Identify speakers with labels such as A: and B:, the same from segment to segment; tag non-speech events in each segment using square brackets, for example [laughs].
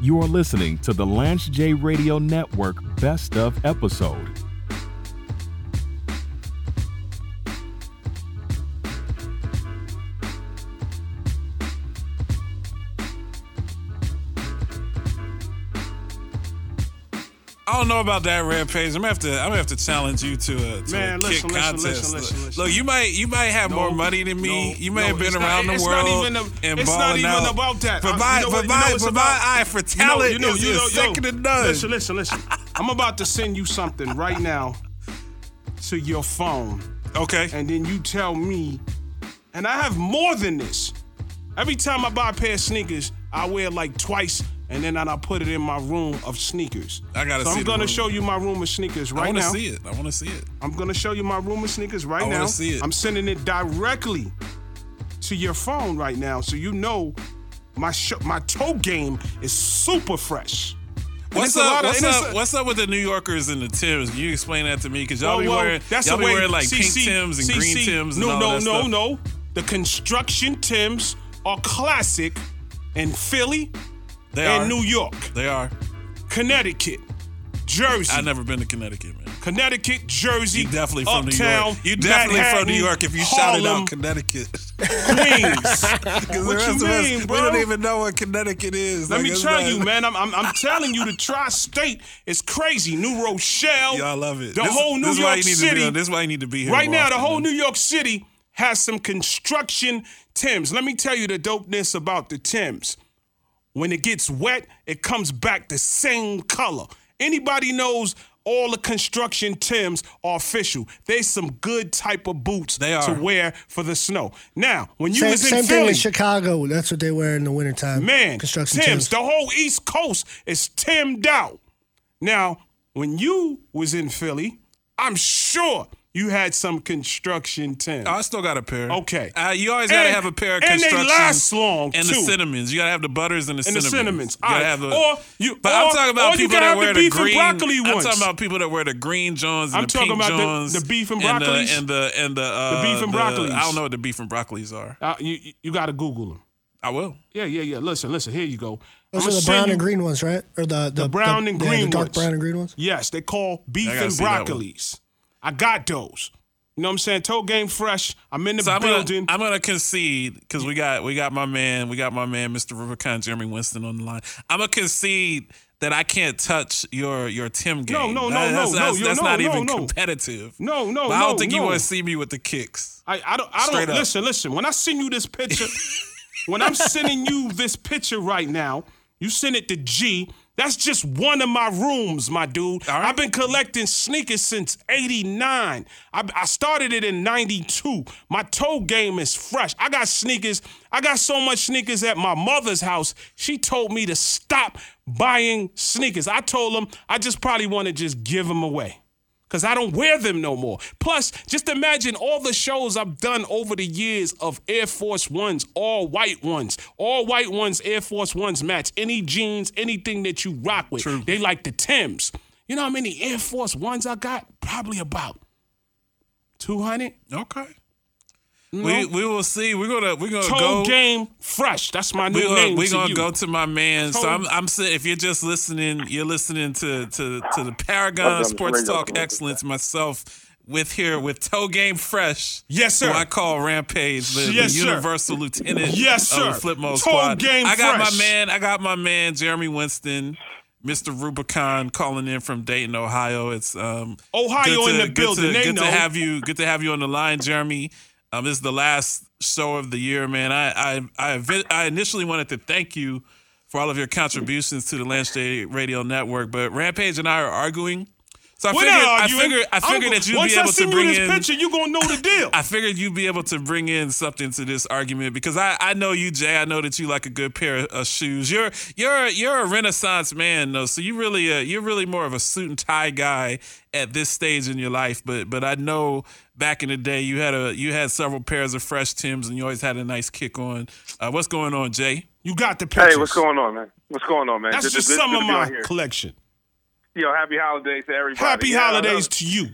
A: You are listening to the Lance J Radio Network Best of episode.
B: I don't know about that red page. I'm gonna have to. I'm gonna have to challenge you to a, to
C: Man,
B: a kick
C: listen, listen,
B: contest.
C: listen, listen, listen.
B: Look, you might you might have more
C: No,
B: money than me.
C: no,
B: you may
C: no,
B: have been
C: it's not-
B: around
C: it's
B: the
C: not
B: world
C: even a-
B: and
C: it's not
B: balling
C: even
B: out.
C: about that. I-
B: Provide,
C: you know what- you know
B: provide,
C: it's
B: provide
C: about-
B: eye for talent. You know, you know,
C: yo,
B: second to none.
C: Listen, listen, listen. [laughs] I'm about to send you something right now to your phone,
B: okay.
C: and then you tell me. And I have more than this. Every time I buy a pair of sneakers, I wear it like twice, and then I I put it in my room of sneakers.
B: I gotta
C: so
B: see the
C: I'm gonna
B: room.
C: show you my room of sneakers
B: I
C: right
B: want to
C: now.
B: see it. I want to see it.
C: I'm gonna show you my room of sneakers right
B: I wanna
C: now.
B: see it.
C: I'm sending it directly to your phone right now, so you know my sh- my toe game is super fresh. And
B: What's
C: it's a
B: up?
C: lot of-
B: What's
C: and it's
B: up?
C: a-
B: What's up with the New Yorkers and the Tims? Can you explain that to me? Because y'all
C: Well,
B: be
C: well,
B: wearing
C: that's
B: y'all
C: the
B: be
C: way-
B: wearing like
C: see,
B: pink
C: see,
B: Tims and
C: see,
B: green
C: see,
B: Tims.
C: No,
B: and all
C: no,
B: that
C: no,
B: stuff.
C: no. The construction Tims are classic in Philly
B: They are.
C: and New York,
B: They are.
C: Connecticut, Jersey.
B: I never been to Connecticut, man.
C: Connecticut, Jersey,
B: You definitely from New
C: Uptown,
B: York. You definitely from
C: Manhattan,
B: New York if you shouted
C: Harlem,
B: out Connecticut. [laughs]
C: Queens. what you mean, bro?
B: We don't even know what Connecticut is.
C: Let
B: Like,
C: me
B: it's
C: tell
B: like- [laughs]
C: you, man. I'm, I'm, I'm telling you, the tri-state is crazy. New Rochelle.
B: Yo, I love it.
C: The
B: This-
C: whole New
B: this is why
C: York
B: you need to be
C: City.
B: on- this is why you need to be here
C: Right
B: more
C: now, the
B: often,
C: whole
B: man.
C: New York City has some construction Tims. Let me tell you the dopeness about the Tims. When it gets wet, it comes back the same color. Anybody knows all the construction Tims are official. They some good type of boots
B: They are.
C: to wear for the snow. Now, when you
D: same
C: was in
D: same
C: Philly,
D: thing in Chicago. That's what they wear in the wintertime.
C: Man,
D: construction
C: Tim's,
D: teams.
C: the whole East Coast is Timmed out. Now, when you was in Philly, I'm sure you had some construction Tim.
B: I still got a pair.
C: Okay.
B: Uh, you always got to
C: And-
B: have a pair of
C: and they
B: construction.
C: last long,
B: And the
C: too.
B: cinnamons. You got to have the butters and the
C: And the
B: cinnamons.
C: cinnamons.
B: You gotta
C: All right.
B: have the,
C: Or you-
B: but
C: or-
B: I'm talking about
C: or you
B: people
C: can
B: that
C: have the
B: wear
C: beef and
B: green.
C: broccoli
B: I'm
C: ones.
B: talking about people that wear the green Johns and
C: I'm
B: the
C: talking
B: pink
C: about the-
B: Johns.
C: the beef and
B: the-
C: broccolis.
B: And the, and the, uh,
C: beef and broccolis.
B: I don't know what the beef and broccolis are.
C: Uh, you you got to Google them.
B: I will.
C: Yeah, yeah, yeah. Listen, listen. Here you go.
D: Those
C: I'ma
D: are the
C: send
D: brown
C: you-
D: and green ones, right? Or the, the,
C: brown
D: the-
C: and
D: yeah,
C: green
D: the dark
C: ones.
D: brown and green ones.
C: Yes, they call beef
B: I gotta
C: and
B: see that one.
C: broccolis. I got those. You know what I'm saying? Toe game fresh. I'm in the
B: So I'm gonna,
C: building.
B: I'm gonna concede because we got we got my man we got my man Mr. Rubicon Jeremy Winston on the line. I'm gonna concede that I can't touch your your Tim game.
C: No, no, no,
B: That- that's,
C: no,
B: that's,
C: no,
B: that's
C: no,
B: not
C: no,
B: even
C: no.
B: competitive.
C: No, no,
B: But I don't
C: no,
B: think you
C: no.
B: want to see me with the kicks.
C: I, I don't. I
B: Straight
C: don't.
B: up.
C: Listen, listen. When I send you
B: [laughs]
C: this picture, when I'm sending you this picture right now, you send it to G. That's just one of my rooms, my dude.
B: All right.
C: I've been collecting sneakers since '89. I, I started it in '92. My toe game is fresh. I got sneakers. I got so much sneakers at my mother's house. She told me to stop buying sneakers. I told them I just probably want to just give them away because I don't wear them no more. Plus, just imagine all the shows I've done over the years of Air Force Ones, all white ones, all white ones, Air Force Ones match. Any jeans, anything that you rock with. They like the Tims. You know how many Air Force Ones I got? Probably about 200.
B: Okay. We we will see. We're gonna we're gonna
C: Toe
B: go.
C: game fresh. That's my new
B: We're gonna,
C: name.
B: we're
C: to
B: gonna
C: you.
B: go to my man. So
C: Toe-
B: I'm I'm saying if you're just listening, you're listening to to to the Paragon of Sports Talk Excellence. Myself with here with Toe Game Fresh.
C: Yes, sir.
B: Who I call Rampage, the, the
C: Yes, sir.
B: Universal Lieutenant.
C: Yes,
B: Of the
C: sir.
B: Flip Mode
C: Toe
B: Squad.
C: Game
B: I got my
C: Fresh.
B: man. I got my man Jeremy Winston. Mr. Rubicon calling in from Dayton, Ohio. It's um
C: Ohio
B: good
C: in
B: to-
C: the
B: good
C: building.
B: To,
C: They
B: good
C: know.
B: to have you. Good to have you on the line, Jeremy. Um, this is the last show of the year, man. I I I, evi- I initially wanted to thank you for all of your contributions to the Lance Day Radio Network, but Rampage and I are arguing. So I
C: We're
B: figured
C: not
B: I
C: arguing.
B: figured I
C: I'm
B: figured
C: go-
B: that you'd
C: once
B: be
C: I
B: able
C: send
B: to bring
C: you this
B: in.
C: picture, you gonna know the deal.
B: [laughs] I figured you'd be able to bring in something to this argument because I, I know you, Jay. I know that you like a good pair of, of shoes. You're you're you're a Renaissance man though, so you really uh, you're really more of a suit and tie guy at this stage in your life. But but I know back in the day you had a you had several pairs of fresh Tims and you always had a nice kick on. Uh, what's going on, Jay?
C: you got the picture.
E: Hey, what's going on, man? What's going on, man?
C: That's
E: Good to-
C: just
E: good-
C: some of
E: good to be on
C: my
E: here.
C: collection.
E: Yo, happy holidays to everybody.
C: Happy
E: Yeah, I love-
C: holidays to you.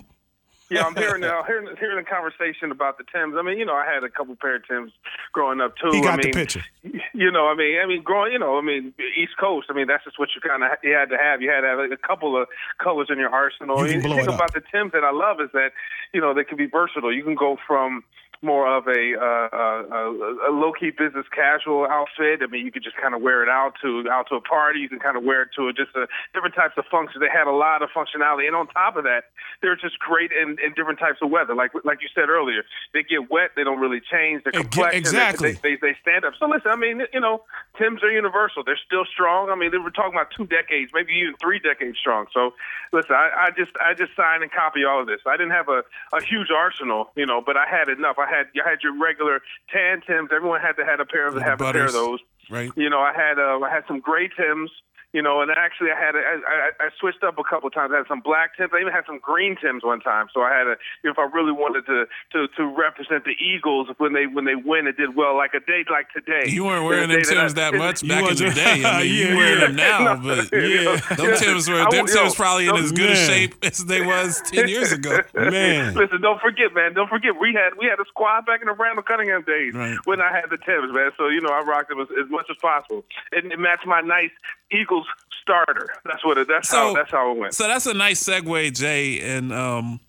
E: Yeah, I'm hearing, uh, hearing hearing a conversation about the Tims. I mean, you know, I had a couple pair of Tims growing up too.
C: He got
E: I
C: the
E: mean,
C: picture.
E: you know, I mean, I mean, growing, you know, I mean, East Coast. I mean, that's just what you kind of you had to have. You had to have like, a couple of colors in your arsenal.
C: You can
E: And the
C: blow
E: thing
C: it up.
E: about the Tims that I love is that, you know, they can be versatile. You can go from more of a, uh, uh, uh, a low key business casual outfit. I mean, you could just kind of wear it out to out to a party. You can kind of wear it to just a, different types of functions. They had a lot of functionality, and on top of that, they're just great in, in different types of weather. Like like you said earlier, they get wet, they don't really change. They're
C: Ex-
E: complexion.
C: exactly.
E: They, they, they stand up. So listen, I mean, you know, Tims are universal. They're still strong. I mean, they were talking about two decades, maybe even three decades strong. So listen, I, I just I just signed and copy all of this. I didn't have a, a huge arsenal, you know, but I had enough. I had I had your regular tan Tims. Everyone had to had a pair of have a pair
B: butters.
E: of those.
B: Right.
E: You know, I had uh, I had some gray Tims. You know, and actually, I had a- I, I, I switched up a couple of times. I had some black Tims. I even had some green Tims one time. So I had a if I really wanted to to to represent the Eagles when they when they win and did well, like a day like today.
B: You weren't wearing
E: The
B: them
E: day I-
B: Tims
E: [laughs]
B: that much
E: You
B: back in the
C: wasn't-
B: day. I mean,
C: Yeah,
B: you wear
C: yeah.
B: them now,
E: No,
B: but
E: you know.
B: yeah, them Tims were
E: I
B: them
E: won't- yo,
B: Tims probably in
E: no,
B: as good a
C: man.
B: shape as they was ten years ago.
E: [laughs]
C: Man.
E: Listen, don't forget, man. Don't forget, we had we had a squad back in the Randall Cunningham days
B: Right.
E: when I had the Timbs, man. So you know, I rocked them as, as much as possible, and it matched my nice Eagles starter. That's what it. That's how. That's how it went.
B: So that's a nice segue, Jay. And um,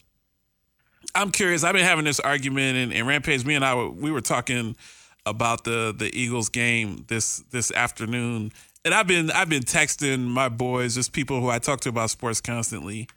B: I'm curious. I've been having this argument, and, and Rampage. Me and I, were- we were talking about the the Eagles game this this afternoon, and I've been I've been texting my boys, just people who I talk to about sports constantly.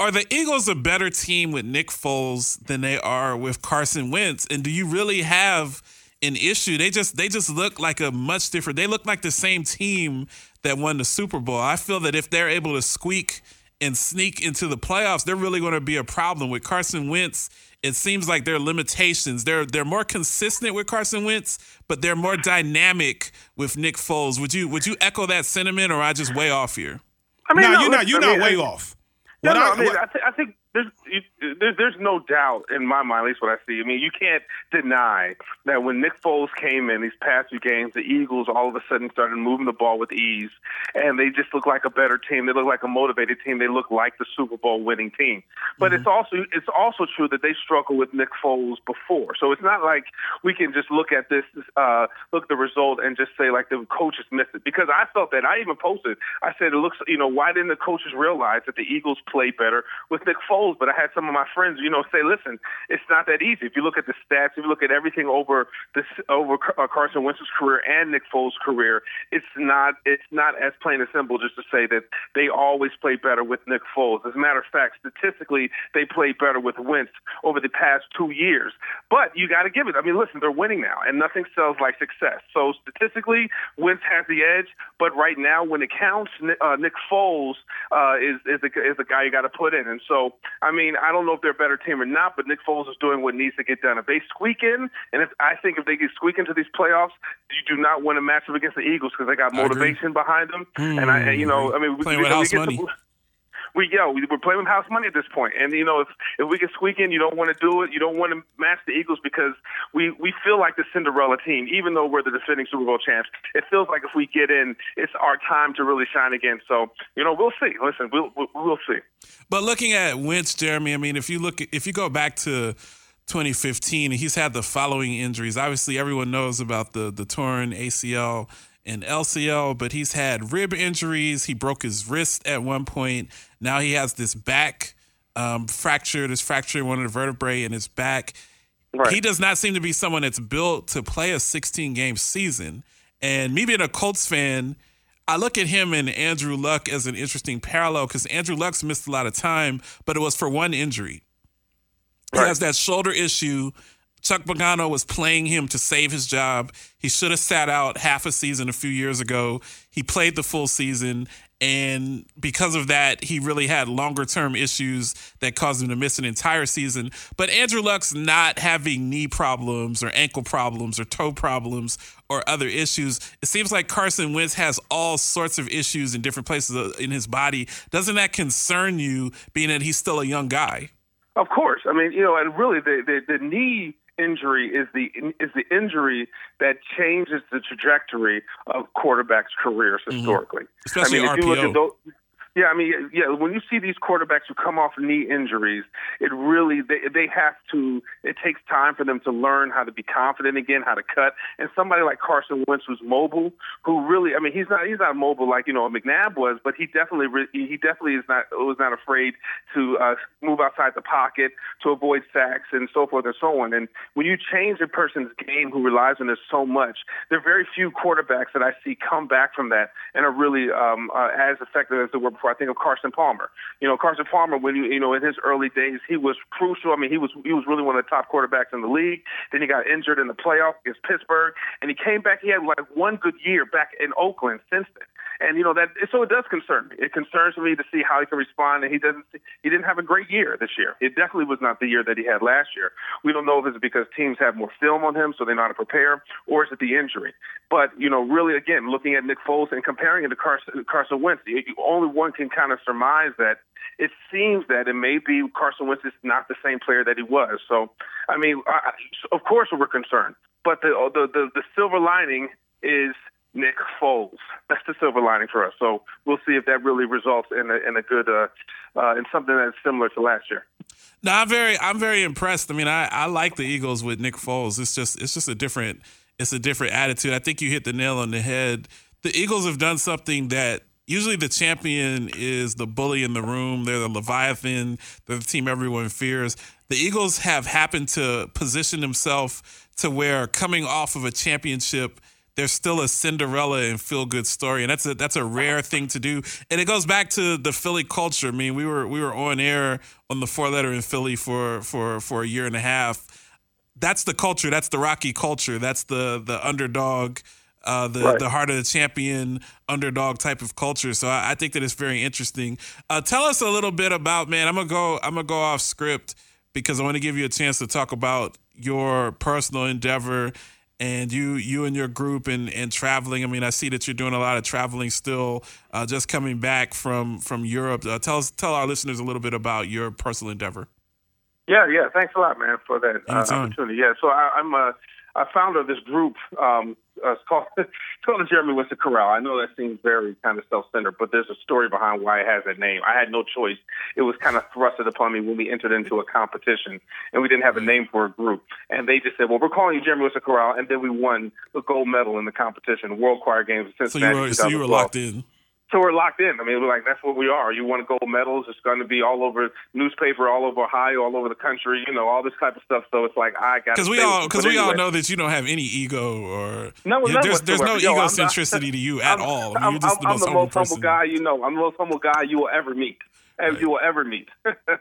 B: Are the Eagles a better team with Nick Foles than they are with Carson Wentz? And do you really have an issue? They just they just look like a much different. They look like the same team that won the Super Bowl. I feel that if they're able to squeak and sneak into the playoffs, they're really going to be a problem with Carson Wentz. It seems like their limitations. They're they're more consistent with Carson Wentz, but they're more dynamic with Nick Foles. Would you would you echo that sentiment, or I just way off here?
E: I
C: no,
E: no,
C: you're not.
E: listen,
C: You're
E: I
C: not
E: mean,
C: way
E: I-
C: off.
E: No,
C: What
E: no, I,
C: I-
E: mean,
C: what-
E: I, th- I think there's you, there, there's no doubt in my mind, at least what I see. I mean, you can't deny that when Nick Foles came in these past few games, the Eagles all of a sudden started moving the ball with ease, and they just look like a better team. They look like a motivated team. They look like the Super Bowl winning team. But
C: Mm-hmm.
E: it's also it's also true that they struggled with Nick Foles before, so it's not like we can just look at this, uh, look at the result, and just say like the coaches missed it. Because I felt that I even posted, I said it looks, you know, why didn't the coaches realize that the Eagles play better with Nick Foles? But I had some of my friends, you know, say, listen, it's not that easy. If you look at the stats, if you look at everything over this over Car- uh, Carson Wentz's career and Nick Foles' career, it's not it's not as plain and simple just to say that they always play better with Nick Foles. As a matter of fact, statistically, they play better with Wentz over the past two years. But you got to give it. I mean, listen, they're winning now, and nothing sells like success. So statistically, Wentz has the edge. But right now, when it counts, Ni- uh, Nick Foles uh, is is the, is the guy you got to put in. And so, I mean, I don't know if they're a better team or not, but Nick Foles is doing what needs to get done. If they squeak in, and if I think if they can squeak into these playoffs, you do not win a matchup against the Eagles because they got
B: I agree. Hmm.
E: motivation behind them. and I, and, you know, I mean, we,
B: Playing
E: we,
B: with
E: we
B: house
E: get
B: money.
E: to- we yo, we- we're playing with house money at this point. And you know, if if we can squeak in, you don't want to do it. You don't want to match the Eagles because we we feel like the Cinderella team, even though we're the defending Super Bowl champs. It feels like if we get in, it's our time to really shine again. So you know, we'll see. Listen, we'll we'll, we'll see.
B: But looking at Wentz, Jeremy, I mean, if you look, if you go back to 2015, he's had the following injuries. Obviously, everyone knows about the the torn ACL and LCL, but he's had rib injuries. He broke his wrist at one point. Now he has this back um, fracture, this fracture in one of the vertebrae in his back. He does not seem to be someone that's built to play a 16 game season. And me being a Colts fan, I look at him and Andrew Luck as an interesting parallel because Andrew Luck's missed a lot of time, but it was for one injury. He has that shoulder issue. Chuck Pagano was playing him to save his job. He should have sat out half a season a few years ago. He played the full season. And because of that, he really had longer term issues that caused him to miss an entire season. But Andrew Luck's not having knee problems or ankle problems or toe problems or other issues. It seems like Carson Wentz has all sorts of issues in different places uh, in his body. Doesn't that concern you, being that he's still a young guy?
E: Of course, I mean you know, and really the the, the knee injury is the is the injury that changes the trajectory of quarterbacks' careers historically.
B: Mm-hmm. Especially
E: I mean, if you look
B: RPO.
E: at those, Yeah, I mean, yeah, when you see these quarterbacks who come off knee injuries, it really they they have to. It takes time for them to learn how to be confident again, how to cut. And somebody like Carson Wentz was mobile, who really, I mean, he's not he's not mobile like you know McNabb was, but he definitely re- he definitely is not was not afraid to uh, move outside the pocket to avoid sacks and so forth and so on. And when you change a person's game who relies on this so much, there are very few quarterbacks that I see come back from that and are really um, uh, as effective as they were before. I think of Carson Palmer. You know, Carson Palmer when you you know in his early days he was crucial. I mean, he was he was really one of the top quarterbacks in the league. Then he got injured in the playoff against Pittsburgh, and he came back. He had like one good year back in Oakland since then. And you know that so it does concern me. It concerns me to see how he can respond. And he doesn't. He didn't have a great year this year. It definitely was not the year that he had last year. We don't know if it's because teams have more film on him, so they know how to prepare, or is it the injury? But you know, really, again, looking at Nick Foles and comparing it to Carson, Carson Wentz, you, only one can kind of surmise that it seems that it may be Carson Wentz is not the same player that he was. So, I mean, I, of course we're concerned, but the the, the, the silver lining is Nick Foles. That's the silver lining for us. So we'll see if that really results in a, in a good uh, uh, in something that's similar to last year.
B: No, I'm very I'm very impressed. I mean, I, I like the Eagles with Nick Foles. It's just it's just a different it's a different attitude. I think you hit the nail on the head. The Eagles have done something that usually the champion is the bully in the room. They're the Leviathan. They're the team everyone fears. The Eagles have happened to position themselves to where coming off of a championship there's still a Cinderella and feel good story, and that's a that's a rare thing to do. And it goes back to the Philly culture. I mean, we were we were on air on the four letter in Philly for for for a year and a half. That's the culture. That's the Rocky culture. That's the the underdog. Uh, the,
E: Right.
B: the heart of the champion underdog type of culture. So I, I think that it's very interesting. Uh, tell us a little bit about man. I'm gonna go. I'm gonna go off script because I want to give you a chance to talk about your personal endeavor and you you and your group and and traveling. I mean, I see that you're doing a lot of traveling still. Uh, just coming back from from Europe. Uh, tell us tell our listeners a little bit about your personal endeavor.
E: Yeah, yeah. Thanks a lot, man, for that uh,
B: Anytime.
E: opportunity. Yeah. So I, I'm a, a founder of this group. Um, uh, it's called [laughs] it's called the Jeremy Winston Corral. I know that seems very kind of self-centered, but there's a story behind why it has that name. I had no choice. It was kind of thrusted upon me when we entered into a competition, and we didn't have a
B: Mm.
E: name for a group. And they just said, "Well, we're calling you Jeremy Winston Corral," and then we won the gold medal in the competition, World Choir Games. in
B: So you
E: Cincinnati,
B: were so you were
E: 2012.
B: locked in.
E: So we're locked in. I mean, we're like, that's what we are. You want gold medals? It's going to be all over newspaper, all over Ohio, all over the country. You know, all this type of stuff. So it's like I got
B: Because we all because we all know that you know have any ego or
E: No,
B: you-
E: none
B: there's there's no
E: whatsoever. Yo, I'm not-
B: egocentricity to
E: [laughs]
B: you at all. I mean,
E: I'm,
B: you're just the
E: I'm- I'm
B: most
E: the
B: humble
E: most
B: person.
E: humble guy you know. I'm the most humble guy you will ever meet. As you will ever meet, [laughs]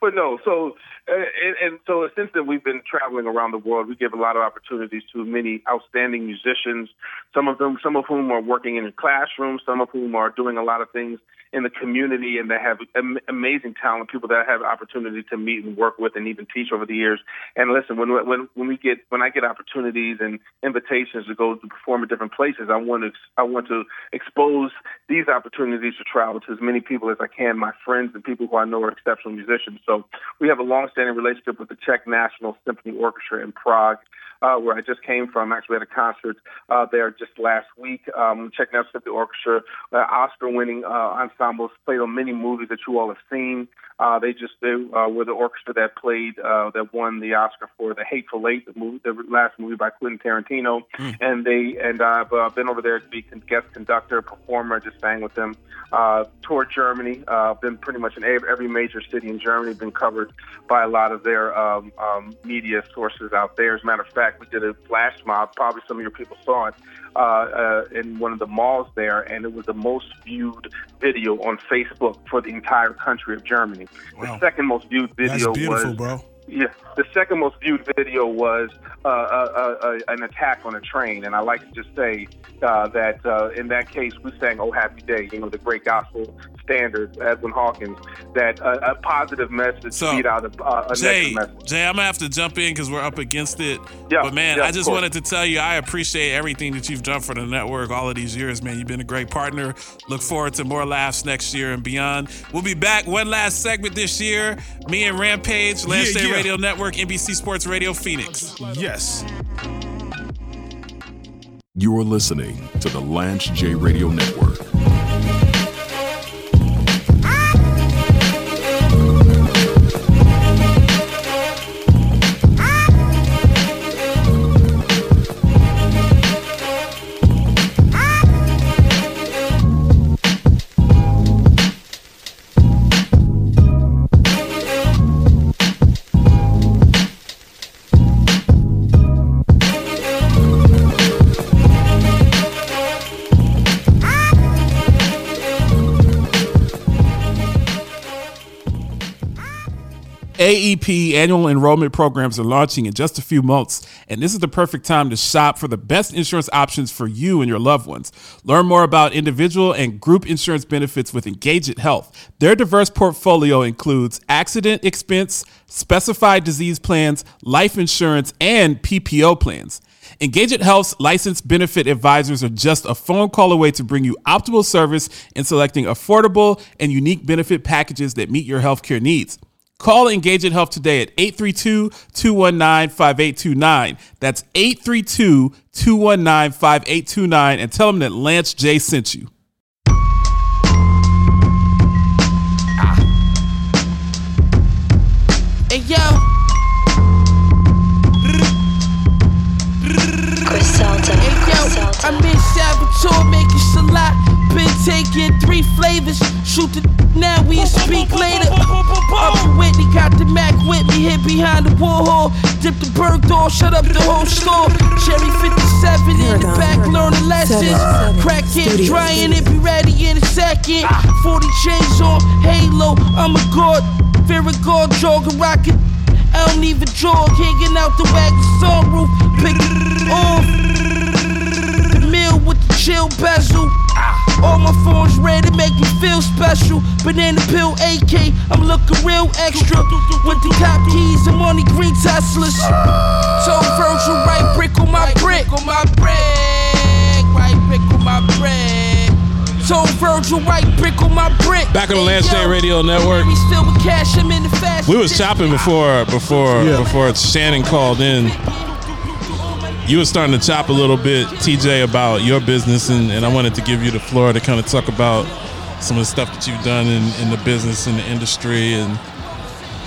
E: but no. So, uh, and, and so since then we've been traveling around the world. We give a lot of opportunities to many outstanding musicians. Some of them, some of whom are working in the classroom. Some of whom are doing a lot of things in the community and they have am- amazing talent. People that I have opportunity to meet and work with and even teach over the years. And listen, when when when we get when I get opportunities and invitations to go to perform at different places, I want to I want to expose these opportunities to travel to as many people as I can, my friends and people who I know are exceptional musicians. So we have a long-standing relationship with the Czech National Symphony Orchestra in Prague, uh, where I just came from. Actually, at a concert uh, there just last week. Um, Czech National Symphony Orchestra, uh, Oscar-winning uh, ensembles, played on many movies that you all have seen. Uh, they just they uh, were the orchestra that played uh, that won the Oscar for The Hateful Eight, the, movie, the last movie by Quentin Tarantino, and they and I've uh, been over there to be con- guest conductor, performer, just sang with them. Uh, toured Germany, uh, been pretty much in every, every major city in Germany, been covered by a lot of their um, um, media sources out there. As a matter of fact, we did a flash mob. Probably some of your people saw it uh, uh, in one of the malls there, and it was the most viewed video on Facebook for the entire country of Germany. The second most viewed
D: That's
E: video
D: beautiful,
E: was
D: bro.
E: yeah, the second most viewed video was uh, uh, uh, uh, an attack on a train, and I like to just say uh, that uh, in that case, we sang "Oh Happy Day," you know, the great gospel standard, Edwin Hawkins, that uh, a positive message
B: So,
E: beat out a, uh, a
B: Jay,
E: negative message.
B: Jay, I'm gonna have to jump in because we're up against it.
E: Yeah,
B: but man,
E: yeah,
B: I
E: of
B: just
E: course.
B: wanted to tell you I appreciate everything that you've done for the network all of these years, man. You've been a great partner. Look forward to more laughs next year and beyond. We'll be back one last segment this year. Me and Rampage, Lance
C: Yeah,
B: Day
C: yeah.
B: Radio Network, NBC Sports Radio Phoenix.
C: Yes.
A: You're listening to the Lance J Radio Network.
B: AEP E annual enrollment programs are launching in just a few months, and this is the perfect time to shop for the best insurance options for you and your loved ones. Learn more about individual and group insurance benefits with Engageit Health. Their diverse portfolio includes accident expense, specified disease plans, life insurance, and PPO plans. Engageit Health's licensed benefit advisors are just a phone call away to bring you optimal service in selecting affordable and unique benefit packages that meet your healthcare needs. Call Engageit Health today at 832-219-5829. That's 832-219-5829 and tell them that Lance J sent you.
F: Hey yo.
G: Griselda.
F: Hey yo,
G: Griselda.
F: I'm in Salvatore making shallot. Been taking three flavors. Shoot the now, we will speak later. Up in Whitney, got the Mac with me. Hid behind the Warhol. Dip the bird door, shut up the whole store. Cherry 57 in the
G: Paragon,
F: back,
G: Paragon.
F: learning lessons.
G: Seven, Ah.
F: Crack it,
G: Studios.
F: drying it, be ready in a second. 40 chains on, Halo, I'm a god. Fear of God, jogging, rocking. I don't even jog, hanging out the wagon sunroof. Pick it off the meal with the chill bezel. All my phones ready, make me feel special. Banana pill AK, I'm looking real extra. With the top keys, I'm on the green Teslas. Told Virgil, Ah. right brick on my brick. On my brick, right brick on my brick. Told Virgil, right brick on my brick.
C: Back on the Last Day
F: Yo,
C: Radio Network.
F: We still with cash, I'm in the fashion.
C: We was chopping before before before Shannon called in. You were starting to chop a little bit, TJ, about your business, and, and I wanted to give you the floor to kind of talk about some of the stuff that you've done in, in the business and the industry. And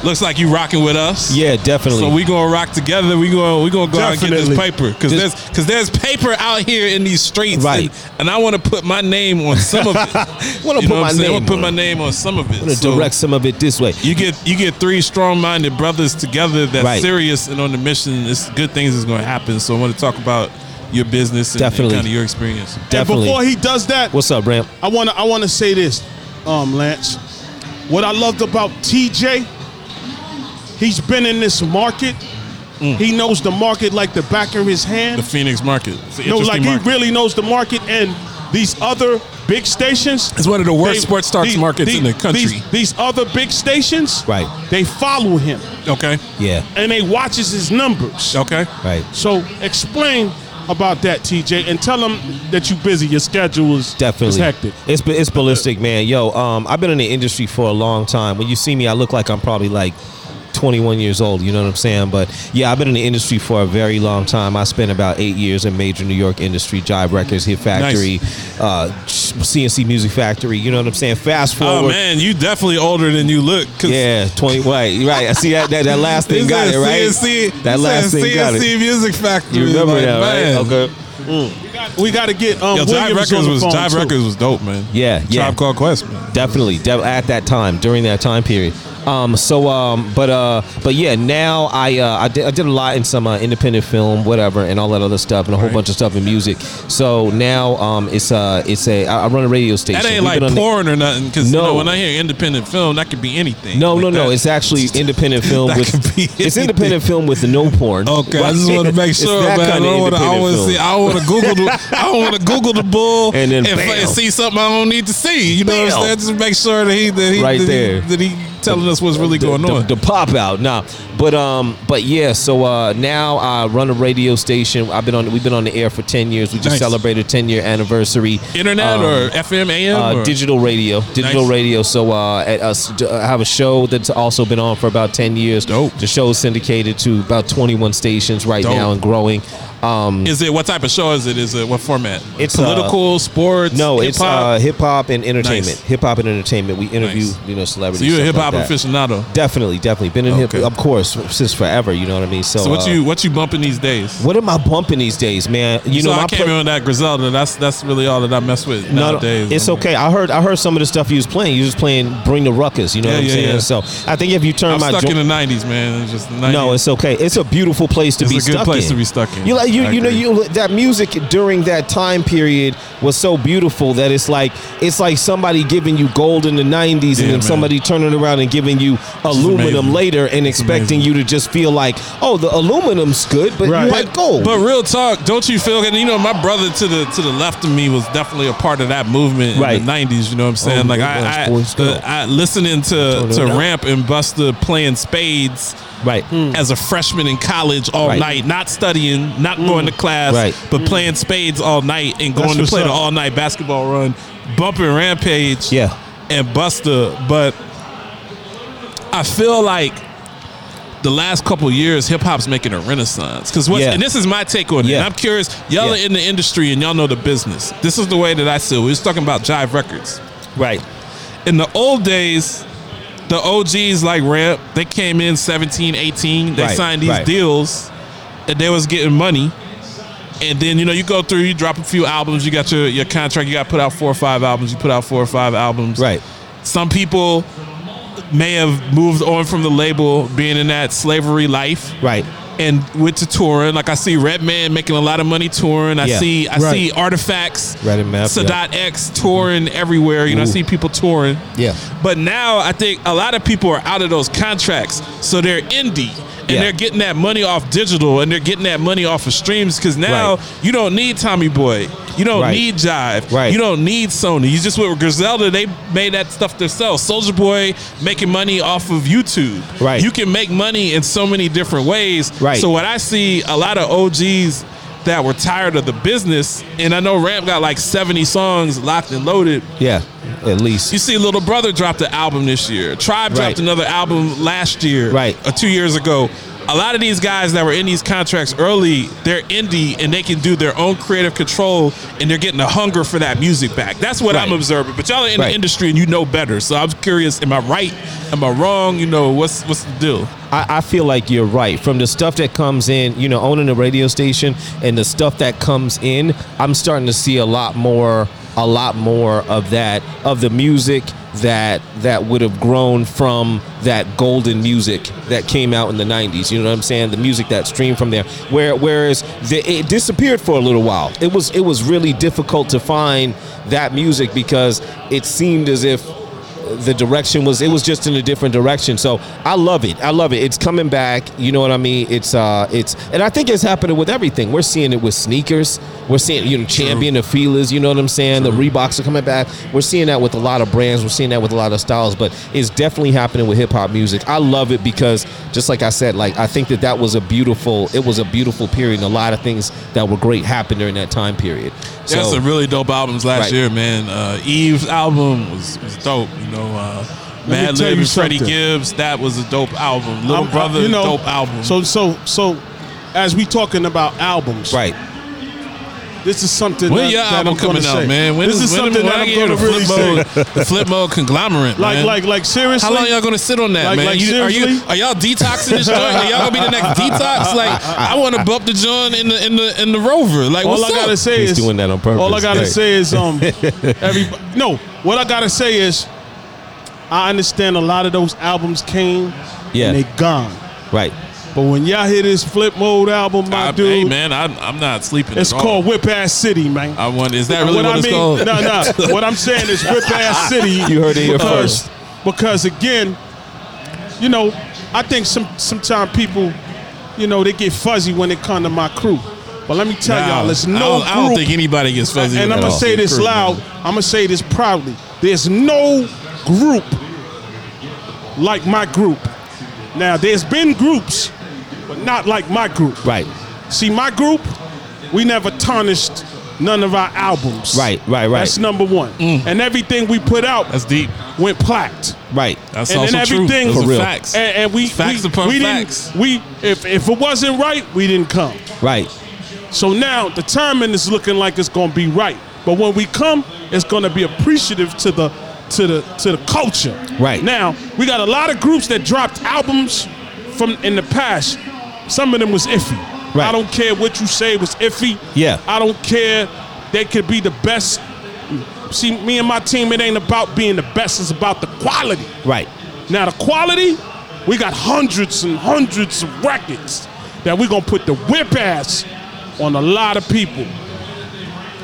C: looks like you rocking with us.
H: Yeah, definitely.
C: So we gonna rock together. We gonna we gonna go out and
H: Definitely.
C: get this paper because
H: This-
C: there's because there's paper out here in these streets,
H: Right.
C: And, and I want to put my name on some
H: [laughs]
C: of it.
H: [laughs] Wanna
C: You
H: put
C: know what I'm
H: my
C: saying? I
H: name
C: wanna put
H: on
C: my
H: it.
C: name on some of it.
H: I'm gonna
C: So-
H: direct some of it this way.
C: you get you get three strong-minded brothers together that's
H: Right.
C: serious and on the mission. It's good things is going to happen. So I want to talk about your business and,
H: Definitely.
C: kind of your experience.
H: Definitely.
I: And before he does that,
H: What's up, Ram?
I: I wanna I wanna say this, um, Lance. What I loved about TJ, he's been in this market.
H: Mm.
I: He knows the market like the back of his hand.
C: The Phoenix market. It's an
I: no, like
C: interesting market.
I: he really knows the market and these other big stations.
C: It's one of the worst sports stocks
I: these-
C: markets in the
I: these-
C: country.
I: These, other big stations,
H: Right.
I: They follow him
C: okay.
H: Yeah,
I: and they watches his numbers.
C: Okay.
H: right.
I: So explain about that, TJ, and tell them that you're busy. Your schedule is
H: Definitely.
I: is hectic.
H: It's it's ballistic, man. Yo, um, I've been in the industry for a long time. When you see me, I look like I'm probably like 21 years old. You know what I'm saying? But yeah, I've been in the industry for a very long time. I spent about eight years in major New York industry, Jive Records, Hit Factory, uh, CNC Music Factory. You know what I'm saying? Fast
C: Oh
H: forward.
C: man, you definitely older than you look. 'cause
H: Yeah, 20. Right, right. I see that that, that last
C: you
H: thing got
C: said
H: it right.
C: CNC,
H: that
C: you
H: last
C: said
H: thing got
C: CNC
H: it.
C: Music Factory.
H: You remember
C: Like,
H: that, right?
C: man. Mm.
H: Okay.
I: We got to get um,
C: Yo, Jive
I: Williams on
C: Records
I: the
C: was
I: phone,
C: Jive
I: too.
C: Records was dope, man.
H: Yeah, yeah.
C: Tribe Called Quest, man.
H: definitely de- at that time during that time period um so um but uh but yeah now i uh i did, I did a lot in some uh, independent film whatever and all that other stuff and a whole bunch of stuff in music so now um it's uh it's a i I run a radio station
C: That ain't like
H: We've been on the-
C: porn or nothing. Because you
H: No.
C: know, when I hear independent film, that could be anything.
H: no,
C: Like
H: no, no.
C: that. [laughs]
H: It's actually independent film
C: That
H: with
C: could be
H: it's independent film with no porn.
C: Okay, I just
H: Right?
C: want to make
H: It's
C: sure,
H: that
C: man. I
H: kinda
C: don't want to. I
H: independent
C: want to
H: film.
C: see. I want to Google.
H: [laughs]
C: The, I want to Google the bull
H: And then
C: fi-
H: bam.
C: see something I don't need to see. You know what I'm
H: Bam.
C: saying? Just make sure that he that he
H: Right
C: that he-
H: there.
C: that he telling us what's really
H: the,
C: going
H: the-
C: on.
H: The, pop out, nah. But um, but yeah. So uh, now I run a radio station. I've been on. We've been on the air for ten years. We just
C: Nice.
H: celebrated ten year anniversary.
C: Internet
H: Um,
C: or FM, AM,
H: uh,
C: or?
H: digital radio, digital
C: Nice.
H: radio. So uh, at us, d- I have a show that's also been on for about ten years.
C: Dope.
H: The show's syndicated to about twenty one stations right
C: Dope.
H: now and growing. Um,
C: Is it what type of show is it? Is it what format?
H: It's, uh,
C: political, sports.
H: no, it's uh,
C: hip-hop?
H: hip hop and entertainment.
C: Nice.
H: Hip hop and entertainment. We interview
C: Nice.
H: you know celebrities.
C: so you're a
H: uh, stuff
C: hip hop
H: like that.
C: aficionado.
H: Definitely, definitely been in
C: Okay.
H: hip, of course, since forever. You know what I mean. So,
C: So what
H: uh,
C: you what you bumping these days?
H: What am I bumping these days, man? You
C: so
H: know,
C: I
H: my
C: came
H: pla-
C: in on that Griselda. That's that's really all that I mess with
H: no, no,
C: nowadays.
H: it's
C: I'm-
H: okay. I heard, I heard some of the stuff you was playing. You was playing "Bring the Ruckus." You know
C: Yeah,
H: what I'm
C: yeah,
H: saying?
C: yeah.
H: So I think if you turn
C: I'm
H: my
C: stuck
H: jo-
C: in the '90s, man. It's just 90s.
H: no, it's okay. It's a beautiful place to
C: It's
H: be
C: a good
H: stuck
C: place
H: in.
C: to be stuck in.
H: You like you
C: I
H: you know
C: agree.
H: you that music during that time period was so beautiful that it's like it's like somebody giving you gold in the '90s
C: Yeah,
H: and
C: man.
H: then somebody turning around around and giving you aluminum
B: amazing.
H: later and expecting you to just feel like, oh, the aluminum's good, but
C: Right.
H: you had gold.
B: But real talk, don't you feel? And you know, my brother to the to the left of me was definitely a part of that movement
H: Right.
B: in the '90s. You know what I'm saying?
H: Oh,
B: like
H: it was,
B: I, I,
H: boys,
B: the,
H: go.
B: I listening to to
H: Totally.
B: Ramp and Buster playing spades.
H: right.
C: Hmm.
B: As a freshman in college all
H: Mm. Right. Mm.
B: night, not studying, not going to class,
H: Right.
B: but playing spades all night and going to
C: what's
B: play the
C: up.
B: all night basketball run, bumping Rampage
H: Yeah.
B: and Buster. But I feel like the last couple of years, hip hop's making a renaissance. Because what?
H: Yeah.
B: And this is my take on it.
H: Yeah.
B: And I'm curious. Y'all
H: Yeah.
B: are in the industry and y'all know the business. This is the way that I see it. We was talking about Jive Records.
H: Right.
B: In the old days, the OGs like Rap, they came in 17, 18. They
H: Right,
B: signed these
H: right.
B: deals, and they was getting money. And then you know you go through, you drop a few albums, you got your your contract, you got to put out four or five albums, you put out four or five albums,
H: Right.
B: some people may have moved on from the label being in that slavery life
H: Right.
B: and went to touring like i see redman making a lot of money touring i
H: Yeah.
B: see i
H: Right.
B: see artifacts
H: Red and Meth,
B: sadat x touring everywhere you know i
H: Ooh.
B: see people touring
H: Yeah.
B: but now i think a lot of people are out of those contracts so they're indie and
H: Yeah.
B: they're getting that money off digital and they're getting that money off of streams because now
H: Right.
B: you don't need tommy boy you don't
H: Right.
B: need jive
H: Right.
B: you don't don't need Sony. You just with Griselda, they made that stuff themselves. Soldier Boy making money off of YouTube.
H: Right.
B: You can make money in so many different ways.
H: Right.
B: So what I see a lot of OGs that were tired of the business, and I know Ramp got like 70 songs locked and loaded.
H: Yeah. At least.
B: You see, Little Brother dropped an album this year. Tribe
H: Right.
B: dropped another album last year,
H: Right.
B: or two years ago. A lot of these guys that were in these contracts early, they're indie and they can do their own creative control, and they're getting a hunger for that music back. That's what I'm
H: Right.
B: observing. But y'all are in
H: Right.
B: the industry and you know better, so I'm curious: Am I right? Am I wrong? You know what's what's the deal?
H: I, I feel like you're right. From the stuff that comes in, you know, owning a radio station and the stuff that comes in, I'm starting to see a lot more, a lot more of that, of the music that that would have grown from that golden music that came out in the 90s. You know what I'm saying? The music that streamed from there. Where whereas the, it disappeared for a little while. It was it was really difficult to find that music because it seemed as if the direction was it was just in a different direction so i love it i love it it's coming back you know what i mean it's uh it's and i think it's happening with everything we're seeing it with sneakers we're seeing you know champion the feelers you know what i'm saying the reeboks are coming back we're seeing that with a lot of brands we're seeing that with a lot of styles but it's definitely happening with hip-hop music i love it because just like i said like i think that that was a beautiful it was a beautiful period and a lot of things that were great happened during that time period so
B: That's some really dope albums last
H: Right.
B: year, man. Uh, Eve's album was, was dope. You know, uh,
C: Let me
B: Mad
C: tell
B: Lib
C: you
B: and Freddie
C: something.
B: Gibbs. That was a dope album. Little
C: I'm- I-
B: Brother, dope album.
C: So so so, as we talking about albums,
H: right
C: This is something.
B: when
C: that,
B: your
C: that
B: album
C: I'm gonna
B: coming out,
C: say.
B: man? When
C: this is
B: when-
C: something
B: when
C: that
B: I
C: I'm
B: get
C: going to
B: the
C: really
B: flip
C: say.
B: mode, the flip mode conglomerate,
C: Like
B: man.
C: like like seriously.
B: How long y'all gonna sit on that,
C: Like-
B: man?
C: like,
B: you, are you
C: seriously?
B: are y'all detoxing this joint? Are y'all gonna be the
C: [laughs]
B: next detox? Like I want to bump the joint in the in the in the Rover. Like
C: all
B: what's
C: I
B: up?
C: gotta say
H: He's
C: is
H: doing that on purpose.
C: All I gotta
H: Right.
C: say is
H: [laughs]
C: um, everybody. No, what I gotta say is, I understand a lot of those albums came,
H: Yeah.
C: and they gone.
H: right
C: But when y'all hear this flip mode album, my
B: I,
C: dude,
B: hey man, I'm I'm not sleeping.
C: it's
B: at all.
C: called Whip Ass City, man.
B: I want. Is that really what,
C: what, I
B: it's
C: mean,
B: called? [laughs]
C: no, no. What I'm saying is Whip Ass City.
H: You heard it here
C: because-
H: first.
C: Because again, you know, I think some sometimes people, you know, they get fuzzy when it come to my crew. But let me tell
B: Nah,
C: y'all, there's
B: I
C: no
B: don't, I don't
C: group
B: think anybody gets fuzzy.
C: and
B: with
C: I'm gonna
B: that.
C: say this
B: Crew, man.
C: loud. I'm gonna say this proudly. There's no group like my group. Now, there's been groups, but not like my group.
H: right
C: See, my group, we never tarnished none of our albums.
H: Right, right, right.
C: That's number one. And everything we put out
B: Mm. That's deep.
C: went plaqued.
H: right
B: That's
C: And
B: also
C: then everything-
B: true. Those
H: For
B: are
H: real.
B: facts.
C: And, and we
B: Facts
C: we,
B: upon
C: we
B: facts.
C: Didn't, we if if it wasn't right, we didn't come.
H: right
C: So now the timing is looking like it's gonna be right. But when we come, it's gonna be appreciative to the to the to the culture.
H: Right.
C: Now, we got a lot of groups that dropped albums from in the past. Some of them was iffy.
H: Right.
C: I don't care what you say was iffy.
H: Yeah.
C: I don't care. They could be the best. See, me and my team, it ain't about being the best, it's about the quality.
H: Right.
C: Now the quality, we got hundreds and hundreds of records that we're gonna put the whip ass on a lot of people.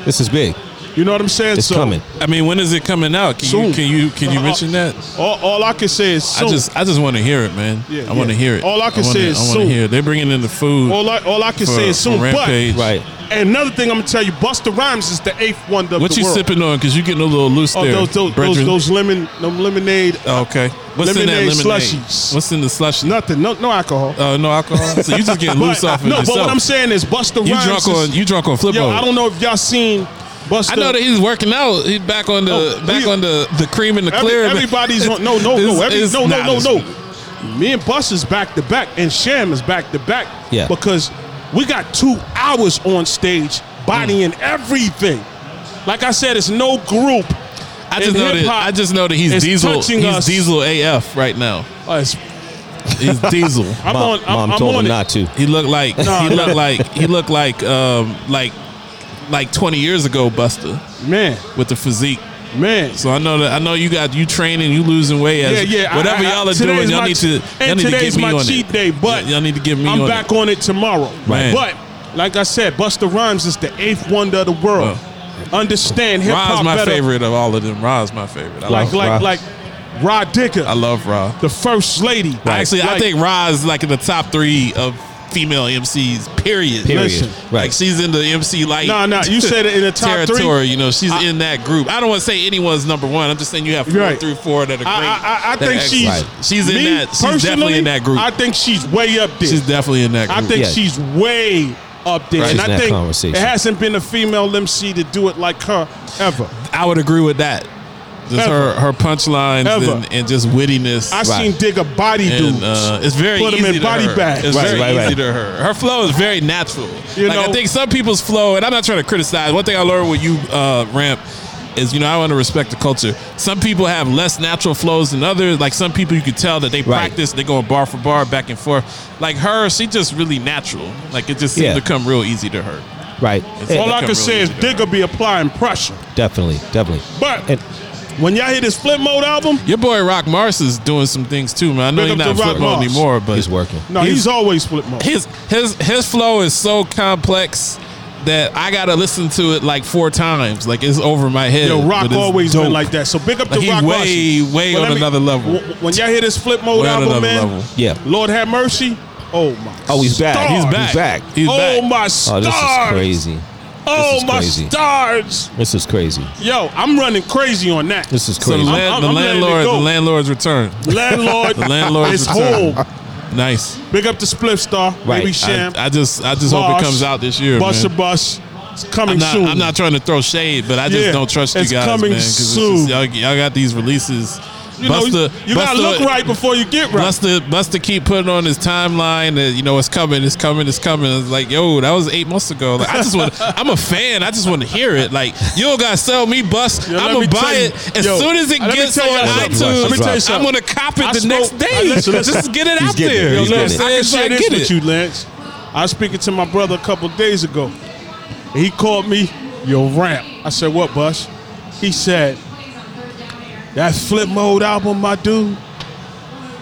H: This is big.
C: You know what I'm saying?
H: It's
C: So,
H: coming.
B: I mean, when is it coming out? Can
C: Soon. Uh,
B: you can you can you mention that?
C: All, all I can say is soon.
B: I just I just want to hear it, man.
C: Yeah,
B: I want to
C: yeah.
B: hear it.
C: All I can
B: wanna-
C: say is
B: I want to
C: soon.
B: hear. it. They're bringing in the food.
C: all I all I can
B: for-
C: say is
B: for
C: soon. But
B: Rampage.
H: Right.
C: another thing I'm gonna tell you, Busta Rhymes is the eighth wonder of
B: What
C: the
B: you
C: world.
B: sipping on? Because you getting a little loose
C: Oh,
B: there.
C: those those, those
B: brethren.
C: those lemon them lemonade.
B: Oh, okay. What's in
C: lemonade
B: that lemonade?
C: slushies.
B: What's in the slushy?
C: Nothing. No no alcohol.
B: Uh, no alcohol. So you just
C: [laughs]
B: getting loose
C: But- uh,
B: off of
C: no,
B: yourself.
C: but what I'm saying is Busta
B: you
C: Rhymes.
B: drunk
C: is-
B: on you drunk on flip
C: Yo,
B: mode.
C: I don't know if y'all seen Busta.
B: I know that he's working out. He's back on the
C: No,
B: back
C: we-
B: on the the cream and the
C: Every-
B: clear.
C: everybody's on. No, no, no.
B: It's-
C: Every,
B: it's-
C: no, no,
B: nah,
C: no,
B: listen.
C: no. Me and Bus is back to back, and Sham is back to back.
H: Yeah.
C: Because we got two hours on stage, bodying
B: Mm.
C: everything. Like I said, it's no group.
B: I just
C: in
B: know that
C: hip-hop
B: I just know that he's
C: is
B: diesel.
C: touching
B: He's
C: us.
B: diesel AF right now.
C: Oh, it's- [laughs]
B: He's diesel.
C: I'm
H: Mom,
C: on. I'm,
H: mom
C: I'm
H: told
C: on
H: him
C: it.
H: not to.
B: He looked like
C: No,
B: he
C: no.
B: looked like he looked like um like like 20 years ago Buster
C: Man,
B: with the physique.
C: man.
B: So I know that I know you got you training, you losing weight. As,
C: Yeah, yeah,
B: Whatever
C: I- I-
B: y'all are
C: today's
B: doing, y'all
C: my
B: need
C: che-
B: to y'all
C: and
B: need to get
C: today's
B: me
C: my
B: on
C: cheat
B: it.
C: day, but
B: y'all, y'all need to get me
C: I'm
B: on
C: back
B: it.
C: on it tomorrow.
B: Right.
C: But like I said, Busta Rhymes is the eighth wonder of the world. Understand hip
B: Ra's
C: hop
B: my
C: better.
B: favorite of all of them. Ra's my favorite. I
C: Like
B: love
C: like
H: Ra.
C: like Rod Dicker,
B: I love Ra.
C: the first lady.
B: Actually, I
C: Like,
B: think Ra's like in the top three of female MCs. Period.
H: Period.
C: Listen,
B: Like
H: right.
B: she's in the MC like
C: Nah, nah, you said it in the top
B: territory.
C: three.
B: You know, she's
C: I-
B: in that group. I don't want to say anyone's number one. I'm just saying you have four
C: Right.
B: through four that are great.
C: I, I, I, I
B: that are
C: think she's
B: excellent. she's in
C: me,
B: that. She's definitely
C: personally,
B: in that group.
C: I think she's way up there.
B: she's definitely in that
C: I
B: group.
C: think
H: Yeah.
C: she's way up there,
H: Right.
C: and
H: She's in
C: I
H: that
C: think
H: conversation.
C: it hasn't been a female MC to do it like her ever.
B: I would agree with that. Just
C: Ever.
B: her her punchlines
C: Ever.
B: and, and just wittiness.
C: I
H: Right.
C: seen Digger body
B: and,
C: dudes.
B: uh, it's very
C: Put 'em
B: easy
C: in
B: to
C: body
B: her.
C: bags.
B: It's
H: Right,
B: very
H: right,
B: easy
H: right.
B: to her. Her flow is very natural.
C: You
B: like I
C: know-
B: think some people's flow, and I'm not trying to criticize. One thing I learned with you, uh, Ramp, is you know I want to respect the culture. Some people have less natural flows than others. Like some people, you could tell that they
H: Right.
B: practice. They go bar for bar, back and forth. Like her, she just really natural. Like it just seemed
H: Yeah.
B: to come real easy to her.
H: Right.
B: It's
C: All
B: that
C: I can
B: come
C: say
B: really
C: is
B: easy.
C: Digger be applying pressure.
H: Definitely. Definitely.
C: But
H: And-
C: when y'all hear this flip mode album,
B: Your boy Rock Mars is doing some things too, man. I know he's
C: Big up to
B: not
C: Rock
B: football
C: Mars.
B: anymore, but
H: He's working.
C: no, he's, always flip mode.
B: his his his flow is so complex that I gotta listen to it like four times. Like it's over my head.
C: Yo, Rock
B: but it's
C: always
B: dope.
C: been like that. So big up
B: Like,
C: to
B: he
C: Rock.
B: way,
C: Russell.
B: way
C: But
B: on
C: let
B: another level.
C: w- when y'all hear this flip mode
B: Way on
C: album,
B: another
C: man,
B: level.
H: Yeah.
C: Lord have mercy. Oh my.
H: Oh, he's back.
C: stars.
H: He's
B: back.
H: He's back.
B: He's
C: oh
B: back.
C: my
H: Oh,
C: stars.
H: this is crazy.
C: Oh
H: is
C: my
H: crazy.
C: stars.
H: This is crazy.
C: Yo, I'm running crazy on that.
H: This is
B: So the,
H: crazy.
B: land,
C: I'm-
B: the
C: I'm letting it
B: landlord, the
C: go.
B: landlord's return.
C: landlord.
B: [laughs] The landlord's
C: is
B: return.
C: home.
B: Nice.
C: Big up to Spliff Star.
H: Right.
C: Baby Sham.
B: I, I just, I just hope
C: Boss,
B: it comes out this year, man.
C: Buster Bus. It's coming
B: I'm not,
C: soon.
B: I'm not trying to throw shade, but I just
C: Yeah,
B: don't trust
C: it's
B: you guys,
C: coming
B: man. 'cause it's
C: soon.
B: Just, y'all, y'all got these releases.
C: You know,
B: Busta-
C: you gotta
B: Busta-
C: look right before you get right.
B: Buster, Buster keep putting on his timeline that you know it's coming, it's coming, it's coming. It's like, yo, that was eight months ago. Like, I just want, [laughs] I'm a fan. I just want to hear it. Like, you don't gotta sell me, Bust.
C: Yo, let
B: I'm gonna
C: me tell
B: buy
C: you-
B: it as
C: yo,
B: soon as it
C: let me
B: gets on
C: tell y'all
H: something.
B: iTunes.
H: Let me tell you
B: I'm
C: something.
B: gonna cop it
C: I
B: the
C: spoke-
B: next day.
C: I- listen, listen.
B: just get it
H: He's
B: out
H: getting it.
B: there.
H: Yo,
B: You know
H: listen,
B: what I'm
C: I can
B: saying?
C: share
B: Like,
C: this
B: get
C: with
B: it.
C: you, Lance. I was speaking to my brother a couple days ago. and He called me, yo, ramp. I said, what, Bush? He said, that flip mode album, my dude,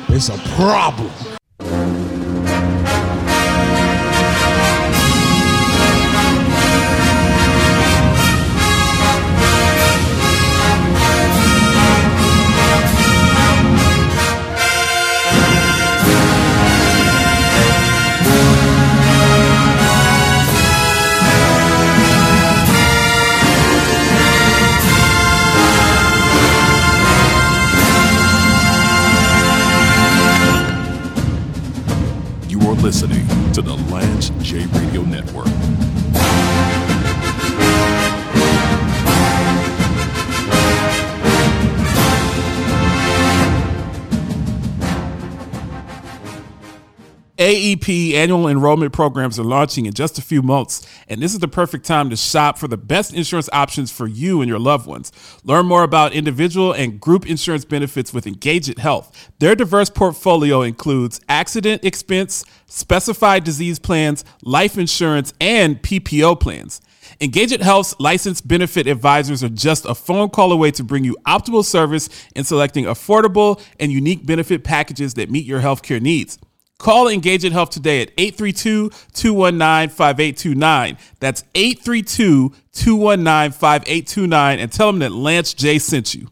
C: it's a problem.
A: You are listening to the Lance J Radio Network.
B: AEP E annual enrollment programs are launching in just a few months, and this is the perfect time to shop for the best insurance options for you and your loved ones. Learn more about individual and group insurance benefits with Engageit Health. Their diverse portfolio includes accident expense, specified disease plans, life insurance, and PPO plans. Engageit Health's licensed benefit advisors are just a phone call away to bring you optimal service in selecting affordable and unique benefit packages that meet your healthcare needs. Call Engage in Health today at 832-219-5829. That's 832-219-5829 and tell them that Lance J sent you.